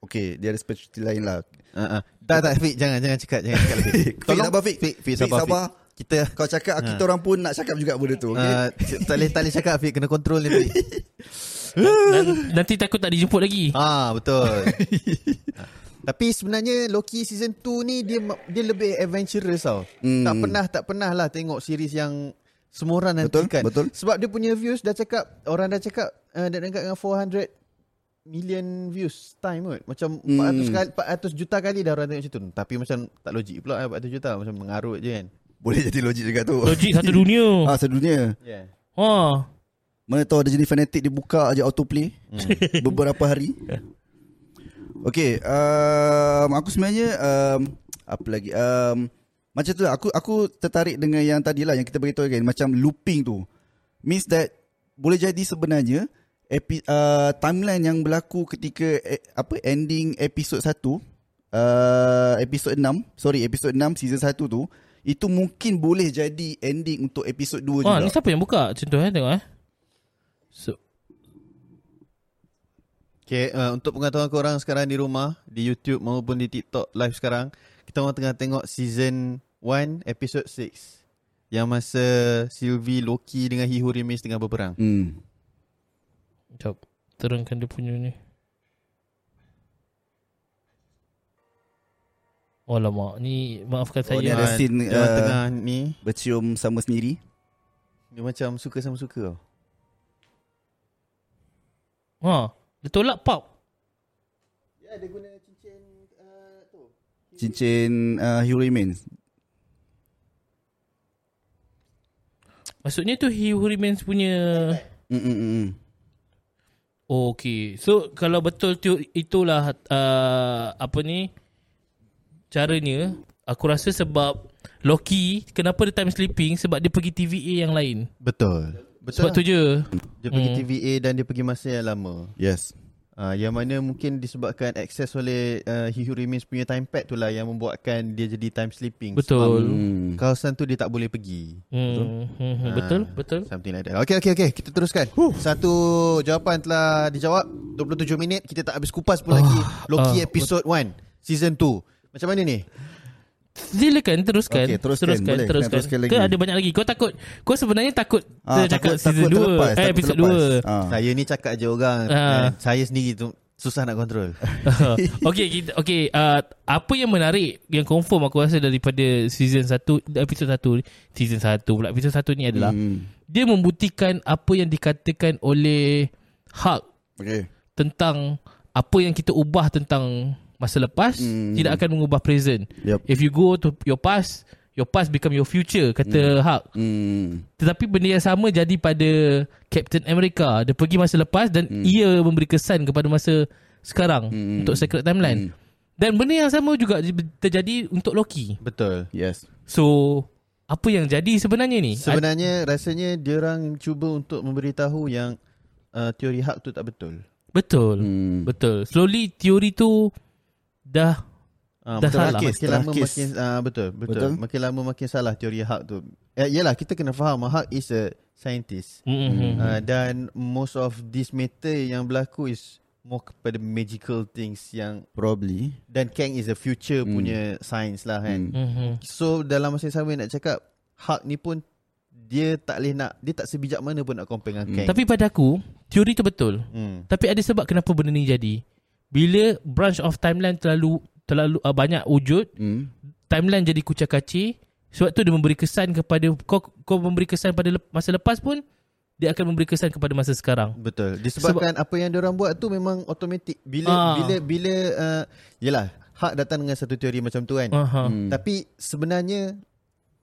Okey, dia ada specialty lain lah.
Uh, uh. Tak tak Fik jangan jangan cakap jangan cakap lebih.
[LAUGHS] Fik sabar Fik.
Fik, Fik Ha, sabar. Fik. Kita
Kau
Ah.
cakap kita orang pun nak cakap juga benda tu, okey?
uh, tak boleh tak boleh cakap Fik kena control ni Fik.
nan- Nanti takut tak dijemput lagi
Ah
[LAUGHS]
betul. Ah. Tapi sebenarnya Loki season 2 ni dia dia lebih adventurous tau. Hmm.
Hmm.
Tak pernah tak pernah lah tengok series yang semua orang
Betul,
nantikan.
betul.
Sebab dia punya views dah cakap orang dah cakap uh, dah dekat dengan 400 million views time kot. Macam
Hmm.
hmm. 400 kali 400 juta kali dah orang tengok macam tu. Tapi macam tak logik pula eh 400 juta macam mengarut je kan.
Boleh jadi logik juga tu.
Logik satu dunia
[LAUGHS] Ah, sedunia.
Yeah.
Ha
Mana tahu ada jenis fanatik dia buka aja autoplay
Hmm.
[LAUGHS] beberapa hari. Okey, um, aku sebenarnya um, apa lagi? Um, macam tu lah, aku aku tertarik dengan yang tadi lah yang kita beritahu kan macam looping tu. Means that boleh jadi sebenarnya epi, uh, timeline yang berlaku ketika eh, apa ending episod 1 uh, episod 6, sorry episod 6 season 1 tu itu mungkin boleh jadi ending untuk episod 2
Wah,
juga.
ni siapa yang buka? Contoh eh, tengok eh. So,
Okay, uh, untuk pengetahuan korang sekarang di rumah, di YouTube maupun di TikTok live sekarang, kita orang tengah tengok season 1 episode 6. Yang masa Sylvie, Loki dengan Hihorimis tengah berperang.
Hmm.
jap. Terangkan dia punya ni. Oh, lama. Ni maafkan
Oh,
saya. lah.
ni ada
Ah,
scene,
dia orang
uh,
tengah ni,
Bercium sama sendiri
dia macam suka sama suka tau.
Ha. Dia tolak pop.
Cincin uh, He Remains
Maksudnya tu He Who Remains punya...
Mm, Mm-mm-mm.
Oh, okay. So, kalau betul tu itulah uh, apa ni caranya, aku rasa sebab Loki, kenapa dia time sleeping? Sebab dia pergi TVA yang lain.
Betul. Betul
Sebab
lah.
tu je.
Dia pergi TVA dan dia pergi masa yang lama.
Yes
Uh, yang mana mungkin disebabkan akses oleh uh, Hihorimis punya time pad tu lah yang membuatkan dia jadi time sleeping.
Betul.
mm.
Sebab kawasan tu dia tak boleh pergi.
Hmm, hmm, hmm. Betul, betul.
Something like that. Okay, okay, okay. Kita teruskan. Satu jawapan telah dijawab. 27 minit. Kita tak habis kupas pun lagi. Loki
ah,
episode 1. Season 2. Macam mana ni?
Silakan teruskan.
Okey, teruskan.
teruskan,
Boleh,
teruskan.
teruskan lagi.
Ke ada banyak lagi. Kau takut kau sebenarnya takut ah, tercakap season 2 eh episode 2.
ah.
Saya ni cakap je orang.
Ah.
Eh, saya sendiri tu susah nak
[LAUGHS]
kontrol.
okey, Ah. kita okey, uh, apa yang menarik yang confirm aku rasa daripada season 1 episod 1 season 1 pula episod 1 ni adalah
Mm,
hmm. dia membuktikan apa yang dikatakan oleh Hulk
Okay
tentang apa yang kita ubah tentang masa lepas hmm.
Hmm.
tidak akan mengubah present.
Yep.
If you go to your past, your past become your future kata hmm. Hulk.
Mm.
Tetapi benda yang sama jadi pada Captain America. Dia pergi masa lepas dan hmm. ia memberi kesan kepada masa sekarang
Hmm.
hmm. untuk Secret Timeline. Hmm. Dan benda yang sama juga j- terjadi untuk Loki.
Betul.
Yes
So, apa yang jadi sebenarnya ni? Ad-
Sebenarnya rasanya dia orang cuba untuk memberitahu yang uh, teori hak tu tak betul.
Betul.
Hmm.
Hmm. Betul. Slowly teori tu dah
Ah,
Dah
betul.
salah.
Makin
Terangkis,
lama
terangkis.
makin ah, betul, betul
Betul.
betul. Makin lama makin salah teori hak tu. Eh, yelah kita kena faham hak is a scientist.
mm-hmm.
Uh, dan most of this matter yang berlaku is more kepada magical things yang
Probably
dan Kang is the future punya science lah kan.
Mm-hmm.
So dalam masa yang sama nak cakap Hulk ni pun dia tak boleh nak dia tak sebijak mana pun nak compare dengan Kang.
Tapi pada aku, teori tu betul.
hmm.
Tapi ada sebab kenapa benda ni jadi. Bila branch of timeline terlalu terlalu uh, banyak wujud,
mm.
timeline jadi kucak-kacir sebab tu dia memberi kesan kepada kau kau memberi kesan pada lep, masa lepas pun dia akan memberi kesan kepada masa sekarang
Betul. Disebabkan apa yang diorang buat tu memang automatik. Bila
Ah.
bila bila uh, yalah, hak datang dengan satu teori macam tu kan.
aha
Hmm.
Tapi sebenarnya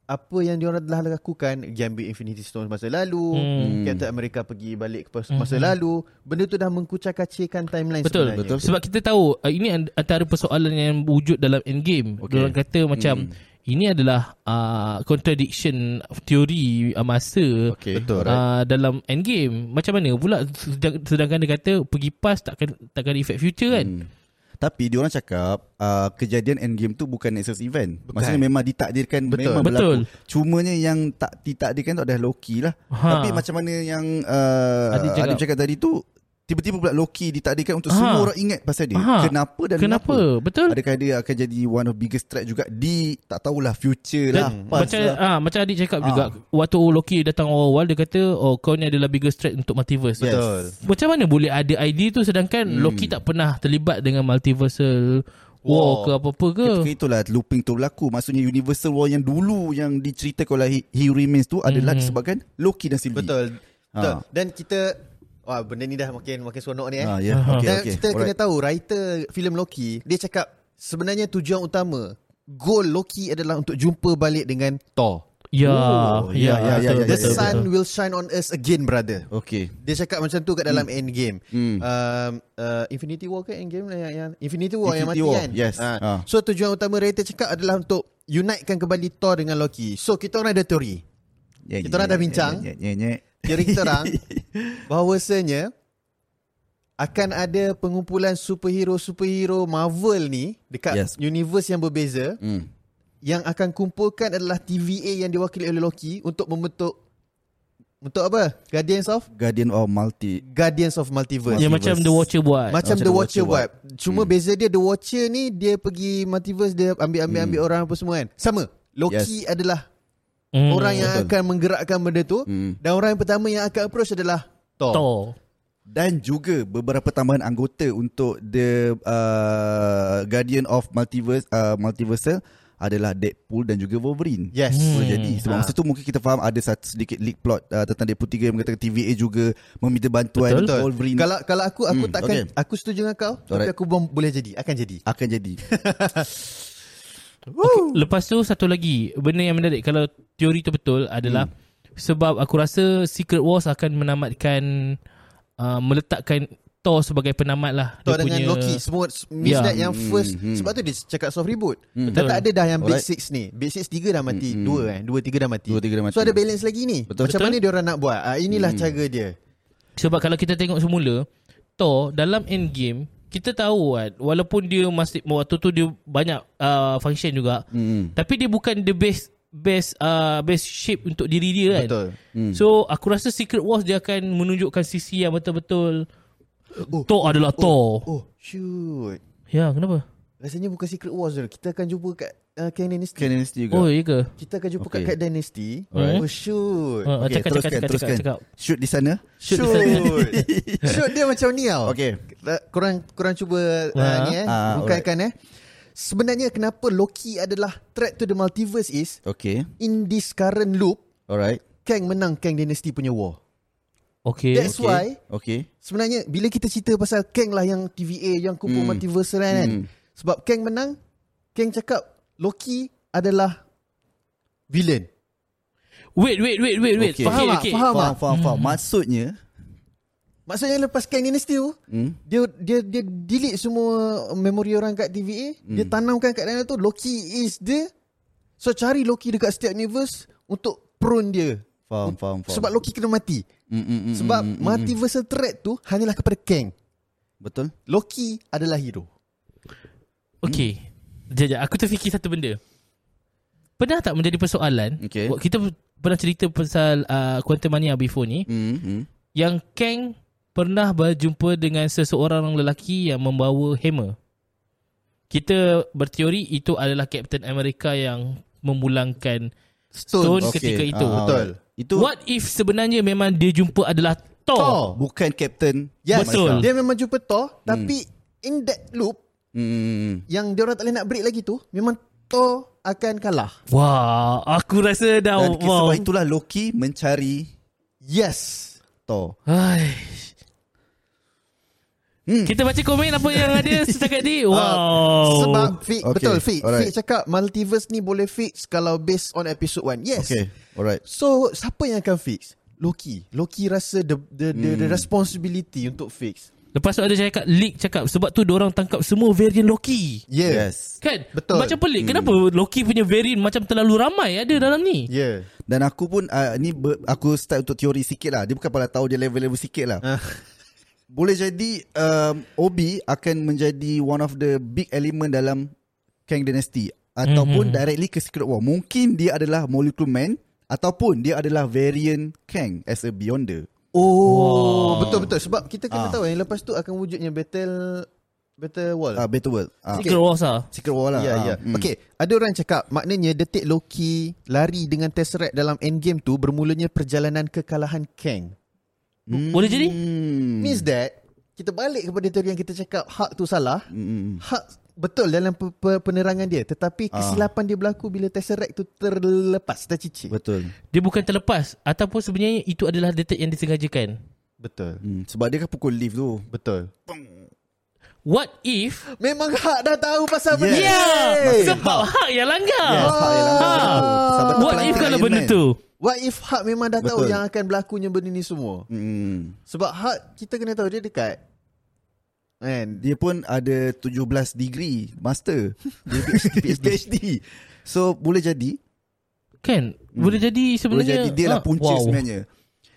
apa yang diorang telah lakukan dia ambil Infinity Stone masa lalu
Hmm.
Captain America pergi balik ke pas- masa lalu benda tu dah mengkucak-kacirkan timeline
betul
sebenarnya
betul sebab kita tahu uh, ini an- antara persoalan yang wujud dalam endgame okay. orang kata macam ini adalah uh, contradiction teori uh, masa
Okay.
Betul.
Alright.
uh, dalam endgame macam mana pula sedang- sedangkan dia kata pergi past takkan takkan ada effect future kan
Hmm. Tapi diorang cakap uh, kejadian endgame tu bukan Nexus event.
Bukan.
Maksudnya memang ditakdirkan
Betul.
memang
Betul.
berlaku. Cumanya yang tak ditakdirkan tu adalah Loki lah.
Ha.
Tapi macam mana yang uh,
Adib cakap.
Adib, cakap. tadi tu tiba-tiba pula Loki ditakdirkan untuk
Ha.
semua orang ingat pasal dia.
Ha.
Kenapa dan
kenapa
mengapa?
betul
Adakah dia akan jadi one of biggest threat juga di tak tahulah future lah.
Dan
past
macam
lah.
ah ha, macam adik cakap
Ah.
juga waktu Loki datang awal-awal dia kata oh kau ni adalah biggest threat untuk multiverse.
Yes.
Betul.
Macam mana boleh ada idea tu sedangkan hmm. Loki tak pernah terlibat dengan multiversal war
War.
ke apa-apa ke?
Ketika itulah looping tu berlaku Maksudnya Universal War yang dulu Yang diceritakan oleh He, He Remains tu Adalah
Mhm.
disebabkan Loki dan Sylvie
Betul. Betul.
Ha.
Dan kita wah benda ni dah makin makin seronok ni eh.
Ah, yeah. okay,
Dan
okay.
kita kena tahu writer filem Loki dia cakap sebenarnya tujuan utama goal Loki adalah untuk jumpa balik dengan Thor.
Ya, ya, betul,
Oh, ya, ya, ya, ya,
The
betul,
ya, ya.
sun
betul.
will shine on us again brother.
Okay
Dia cakap macam tu kat dalam hmm. Endgame.
Hmm.
Um, uh, Infinity War ke Endgame lah yang, yang Infinity War yang mati
Infinity War,
kan.
yes.
Ah.
Ah.
So tujuan utama writer cakap adalah untuk unitekan kembali Thor dengan Loki. So kita orang ada teori.
yeah,
Kita orang dah bincang.
yeah, yeah, yeah, yeah.
Teori kita orang bahawasanya akan ada pengumpulan superhero-superhero Marvel ni dekat
Yes.
yes. universe yang berbeza
[LAUGHS] Hmm.
yang akan kumpulkan adalah TVA yang diwakili oleh Loki untuk membentuk untuk apa? Guardians of
Guardian of Multi
Guardians of Multiverse.
Ya macam The Watcher buat.
Macam
Macam
The
The
Watcher
Watcher
buat. Cuma hmm. beza dia The Watcher ni dia pergi multiverse dia ambil-ambil ambil
Hmm.
orang apa semua kan. Sama. Loki yes. adalah hmm,
Hmm,
orang yang
betul.
betul. akan menggerakkan benda tu hmm. dan orang yang pertama yang akan approach adalah Thor.
Thor.
Dan juga beberapa tambahan anggota Untuk The uh, Guardian of Multiverse uh, Multiversal Adalah Deadpool dan juga Wolverine
Yes.
Boleh
Hmm.
Oh, jadi Sebab
Ah.
Ha.
masa tu mungkin kita faham Ada satu sedikit leak plot uh, Tentang Deadpool 3 Yang mengatakan TVA juga Meminta bantuan
Betul.
Betul.
Wolverine
Kalau kalau aku aku
Hmm,
takkan
okay.
aku setuju dengan kau tapi
Alright.
aku bom, boleh jadi akan jadi.
akan
[LAUGHS]
jadi
Lepas tu satu lagi benda yang menarik kalau teori tu betul adalah hmm. sebab aku rasa Secret Wars akan menamatkan uh, meletakkan Thor sebagai penamat lah
Thor
dia
dengan
punya
Loki semua Miss
Ya.
yeah. yang first
Hmm, hmm.
sebab tu dia cakap soft reboot. Dan
Betul.
tak ada dah yang big
Alright. Hmm.
six ni. Big six tiga dah mati, dua eh, dua tiga dah mati.
Dua, tiga dah mati.
So ada balance lagi ni.
Betul. Hmm.
Macam
Betul.
mana dia orang nak buat? Ah inilah cara dia.
Sebab kalau kita tengok semula Thor dalam endgame kita tahu kan walaupun dia masih waktu tu dia banyak uh, function juga
Hmm.
mm. tapi dia bukan the best best uh, best shape untuk diri dia kan.
Betul. Hmm.
Mm. So aku rasa Secret Wars dia akan menunjukkan sisi yang betul-betul oh, Thor adalah oh, Thor. Oh.
Oh, shoot.
Ya, kenapa?
Rasanya bukan Secret Wars dulu. Kita akan jumpa kat uh, Kang Dynasty.
Kena juga
Oh, iya ke?
Kita akan jumpa
Okay.
kat Kat Dynasty.
Alright.
Oh, shoot.
Ha, cakap,
Okay, teruskan,
cakap, cakap,
teruskan.
cakap, cakap.
Shoot di sana.
Shoot.
Shoot. [LAUGHS] shoot dia macam ni tau.
Okay.
Kita- Korang kurang cuba uh,
Ah.
ni eh.
Ah,
Uh, Bukankan eh. Sebenarnya kenapa Loki adalah threat to the multiverse is
Okay.
in this current loop
Alright.
Kang menang Kang Dynasty punya war.
Okay.
That's
okay.
why
Okay.
sebenarnya bila kita cerita pasal Kang lah yang TVA yang kumpul
Hmm.
hmm. multiversal kan, kan.
Hmm.
Sebab Kang menang, Kang cakap Loki adalah villain.
Wait, wait, wait, wait, wait.
Okay.
Faham
Faham tak?
okay, okay.
Faham
Faham,
tak?
faham,
Hmm.
faham. Maksudnya,
Maksudnya lepas Kang Dynasty tu,
hmm,
dia dia dia delete semua memori orang kat TVA,
Hmm.
dia tanamkan kat dalam tu Loki is the so cari Loki dekat setiap universe untuk prone dia.
faham,
Unt-
faham, faham.
Sebab Loki kena mati.
mm, mm, mm,
Sebab
mm, mm, mm.
multiversal threat tu hanyalah kepada Kang.
Betul.
Loki adalah hero.
Okay. Sekejap, sekejap. aku terfikir satu benda. Pernah tak menjadi persoalan,
Okay.
wak- kita pernah cerita pasal uh, Quantum Mania before ni,
Hmm, hmm.
yang Kang pernah berjumpa dengan seseorang lelaki yang membawa hammer. Kita berteori itu adalah Captain America yang memulangkan Stone, Stone
Okay.
ketika itu.
Ah,
Betul.
Itu
What if sebenarnya memang dia jumpa adalah Thor?
Thor.
bukan captain.
Yes,
Betul. Hmm.
dia memang jumpa Thor tapi in that loop
Hmm, Hmm. hmm.
yang dia orang tak boleh nak break lagi tu memang Thor akan kalah.
Wah, aku rasa dah Oh,
Dan
wow.
sebab itulah Loki mencari
Yes.
Thor.
Hai.
Hmm. Ah,
Kita baca komen apa yang ada
[LAUGHS]
setakat ni. Wow.
Ah, Sebab Fik okay.
Okay,
Betul Fik
alright.
Fik cakap Multiverse ni boleh fix Kalau based on episode 1 Yes
Okay, alright.
So siapa yang akan fix Loki Loki rasa the the, the, the responsibility Untuk fix
Lepas tu ada cakap leak cakap sebab tu orang tangkap semua varian Loki.
Yeah.
Yes.
Kan?
Betul.
Macam pelik. Hmm. Kenapa Loki punya variant macam terlalu ramai ada dalam ni?
Ya.
Yeah.
Dan aku pun uh, ni ber, aku start untuk teori sikit lah. Dia bukan pada tahu dia level-level sikit lah.
Ah.
[LAUGHS] Boleh jadi um, Obi akan menjadi one of the big element dalam Kang Dynasty
Mhm.
ataupun mm-hmm. directly ke Secret War. Mungkin dia adalah Molecule Man ataupun dia adalah variant Kang as a Beyonder.
Oh, betul betul sebab kita kena
Ah.
tahu yang lepas tu akan wujudnya battle battle wall.
Uh, Battle World. Uh,
Secret Wars lah.
Secret War lah.
Ya,
ah.
ya.
Mm.
Okey, ada orang cakap maknanya detik Loki lari dengan Tesseract dalam Endgame tu bermulanya perjalanan kekalahan Kang.
Mm.
Boleh jadi?
Mm.
Means that kita balik kepada teori yang kita cakap hak tu salah.
Mm.
Hak betul dalam pe- pe- penerangan dia tetapi kesilapan dia berlaku bila Tesseract tu terlepas tercicik.
Betul.
Dia bukan terlepas ataupun sebenarnya itu adalah detik yang disengajakan.
Betul.
Mm. Sebab dia kan pukul lift tu.
Betul.
What if
Memang hak dah tahu pasal
Yes.
benda. ni.
Yeah, sebab hak yang langgar.
Yes, hak yang langgar. Sahabat
Ah. What
terpelangkar
if kalau
Iron
benda
Man.
tu?
What if hak memang dah tahu
Betul.
yang akan berlakunya benda ni semua?
Mm.
Sebab hak kita kena tahu dia dekat. Kan?
Dia pun ada 17 degree master. Dia PhD.
[LAUGHS]
PhD. So boleh jadi
Kan? Boleh jadi
Hmm. boleh
sebenarnya
jadi dia lah
ah,
punca sebenarnya.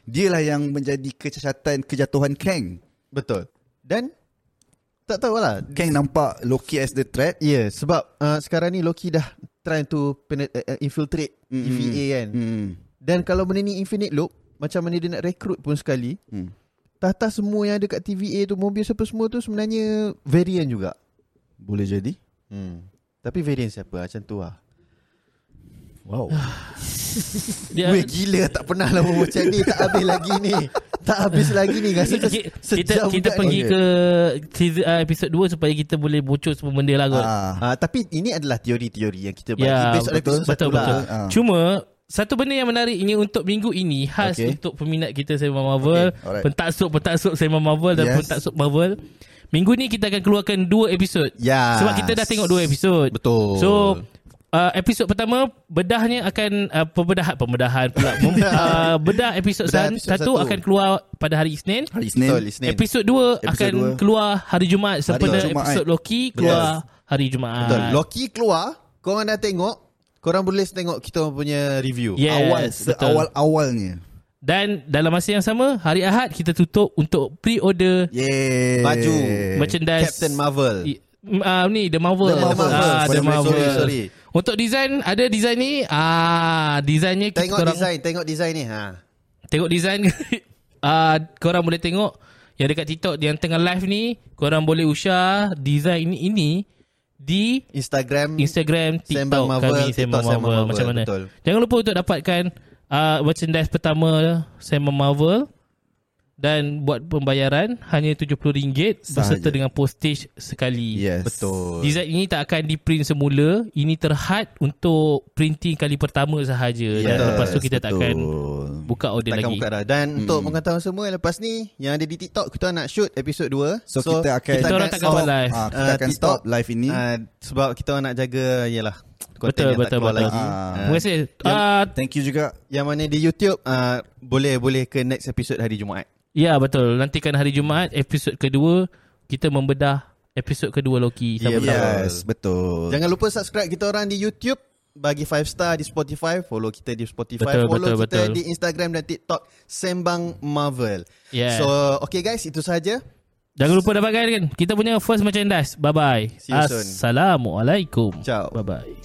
Dia lah yang menjadi kecacatan kejatuhan Kang.
Betul. Dan tak tahulah.
Kang nampak Loki as the threat.
Ya, yeah, sebab uh, sekarang ni Loki dah trying to penet- uh, infiltrate mm EVA kan. Mm.
Hmm.
Dan kalau benda ni infinite loop, macam mana dia nak rekrut pun sekali,
Hmm.
tata semua yang ada kat TVA tu, Mobius apa semua tu sebenarnya variant juga.
Boleh jadi.
Hmm. Tapi variant siapa? Macam tu lah. [SIGHS]
Wow.
Dia,
Weh gila tak pernah lah buat macam ni Tak habis lagi ni Tak habis lagi ni Rasa
kita,
macam
kita, kita,
sejam
kita
juga
pergi
ni.
ke season, uh, episode 2 supaya kita boleh bocor semua benda lah kot.
ah.
Ah, tapi ini adalah teori-teori yang kita bagi
Ya,
based on episode
betul,
satu lah.
betul.
Ah.
Cuma satu benda yang menariknya untuk minggu ini khas okay.
Okay.
untuk peminat kita Sema Marvel,
Okay,
okay,
alright.
pentaksub-pentaksub Sema Marvel dan
Yes.
pentaksub Marvel. Minggu ni kita akan keluarkan dua episod.
Yes.
Sebab kita dah tengok dua episod.
Ya. Betul.
So Uh, episod pertama bedahnya akan uh, pembedahan pembedahan
[LAUGHS]
pula Mem, uh, bedah episod
Bedah
san,
episod
satu,
satu.
akan keluar pada hari Isnin
Hari
Betul,
Senin.
Isnin.
Episod 2
Episod
akan
dua.
keluar hari Jumaat sempena
Jumaat.
episod Loki keluar hari Jumaat.
Betul. Loki keluar, korang dah tengok, korang boleh tengok kita orang punya review.
Yes,
Awal
betul.
seawal-awalnya.
Dan dalam masa yang sama hari Ahad kita tutup untuk pre-order
Yeah.
Baju.
merchandise
Captain Marvel.
I- m- ah, ni The Marvel.
The Marvel.
Ah, The
Sorry,
Marvel.
sorry, sorry.
Untuk design ada design ni ah desainnya kita
Tengok
korang
design, tengok design ni. Ha.
tengok design [LAUGHS] ah korang boleh tengok yang dekat TikTok yang tengah live ni korang boleh usah design ini, ini di
Instagram.
Instagram, TikTok
Sembang Marvel,
kami
TikTok
Sembang
Sembang
Marvel,
Marvel,
macam mana.
betul.
Jangan lupa untuk dapatkan uh, merchandise pertama Sembang Marvel dan buat pembayaran hanya RM70
Sahaja.
berserta dengan postage sekali.
Yes.
Betul.
Design ini tak akan diprint semula. Ini terhad untuk printing kali pertama sahaja. Dan
Yes,
lepas tu kita tak akan
Betul.
buka order
Takkan
lagi.
buka dah.
Hmm.
Dan untuk pengetahuan semua lepas ni yang ada di TikTok kita nak shoot episod 2.
So, kita akan
kita orang takkan buat live.
Ah, kita
Ah,
akan
TikTok.
stop live ini.
Uh, sebab kita orang nak jaga yalah konten
Betul,
yang
betul,
tak keluar
betul. Hmm.
lagi.
Ah.
Ah.
Terima kasih. Ah,
Thank you juga.
Yang mana di YouTube uh, boleh boleh ke next episode hari Jumaat.
ya betul. Nantikan hari Jumaat episod kedua kita membedah episod kedua Loki
Ya,
sama-sama.
betul.
Yes, betul.
Jangan lupa subscribe kita orang di YouTube bagi 5 star di Spotify, follow kita di Spotify,
Betul,
follow
betul,
kita
betul.
di Instagram dan TikTok Sembang Marvel.
Yes.
So, okay guys, itu saja.
Jangan lupa dapatkan kan kita punya first merchandise. Bye bye.
See you soon.
Assalamualaikum.
Ciao.
Bye bye.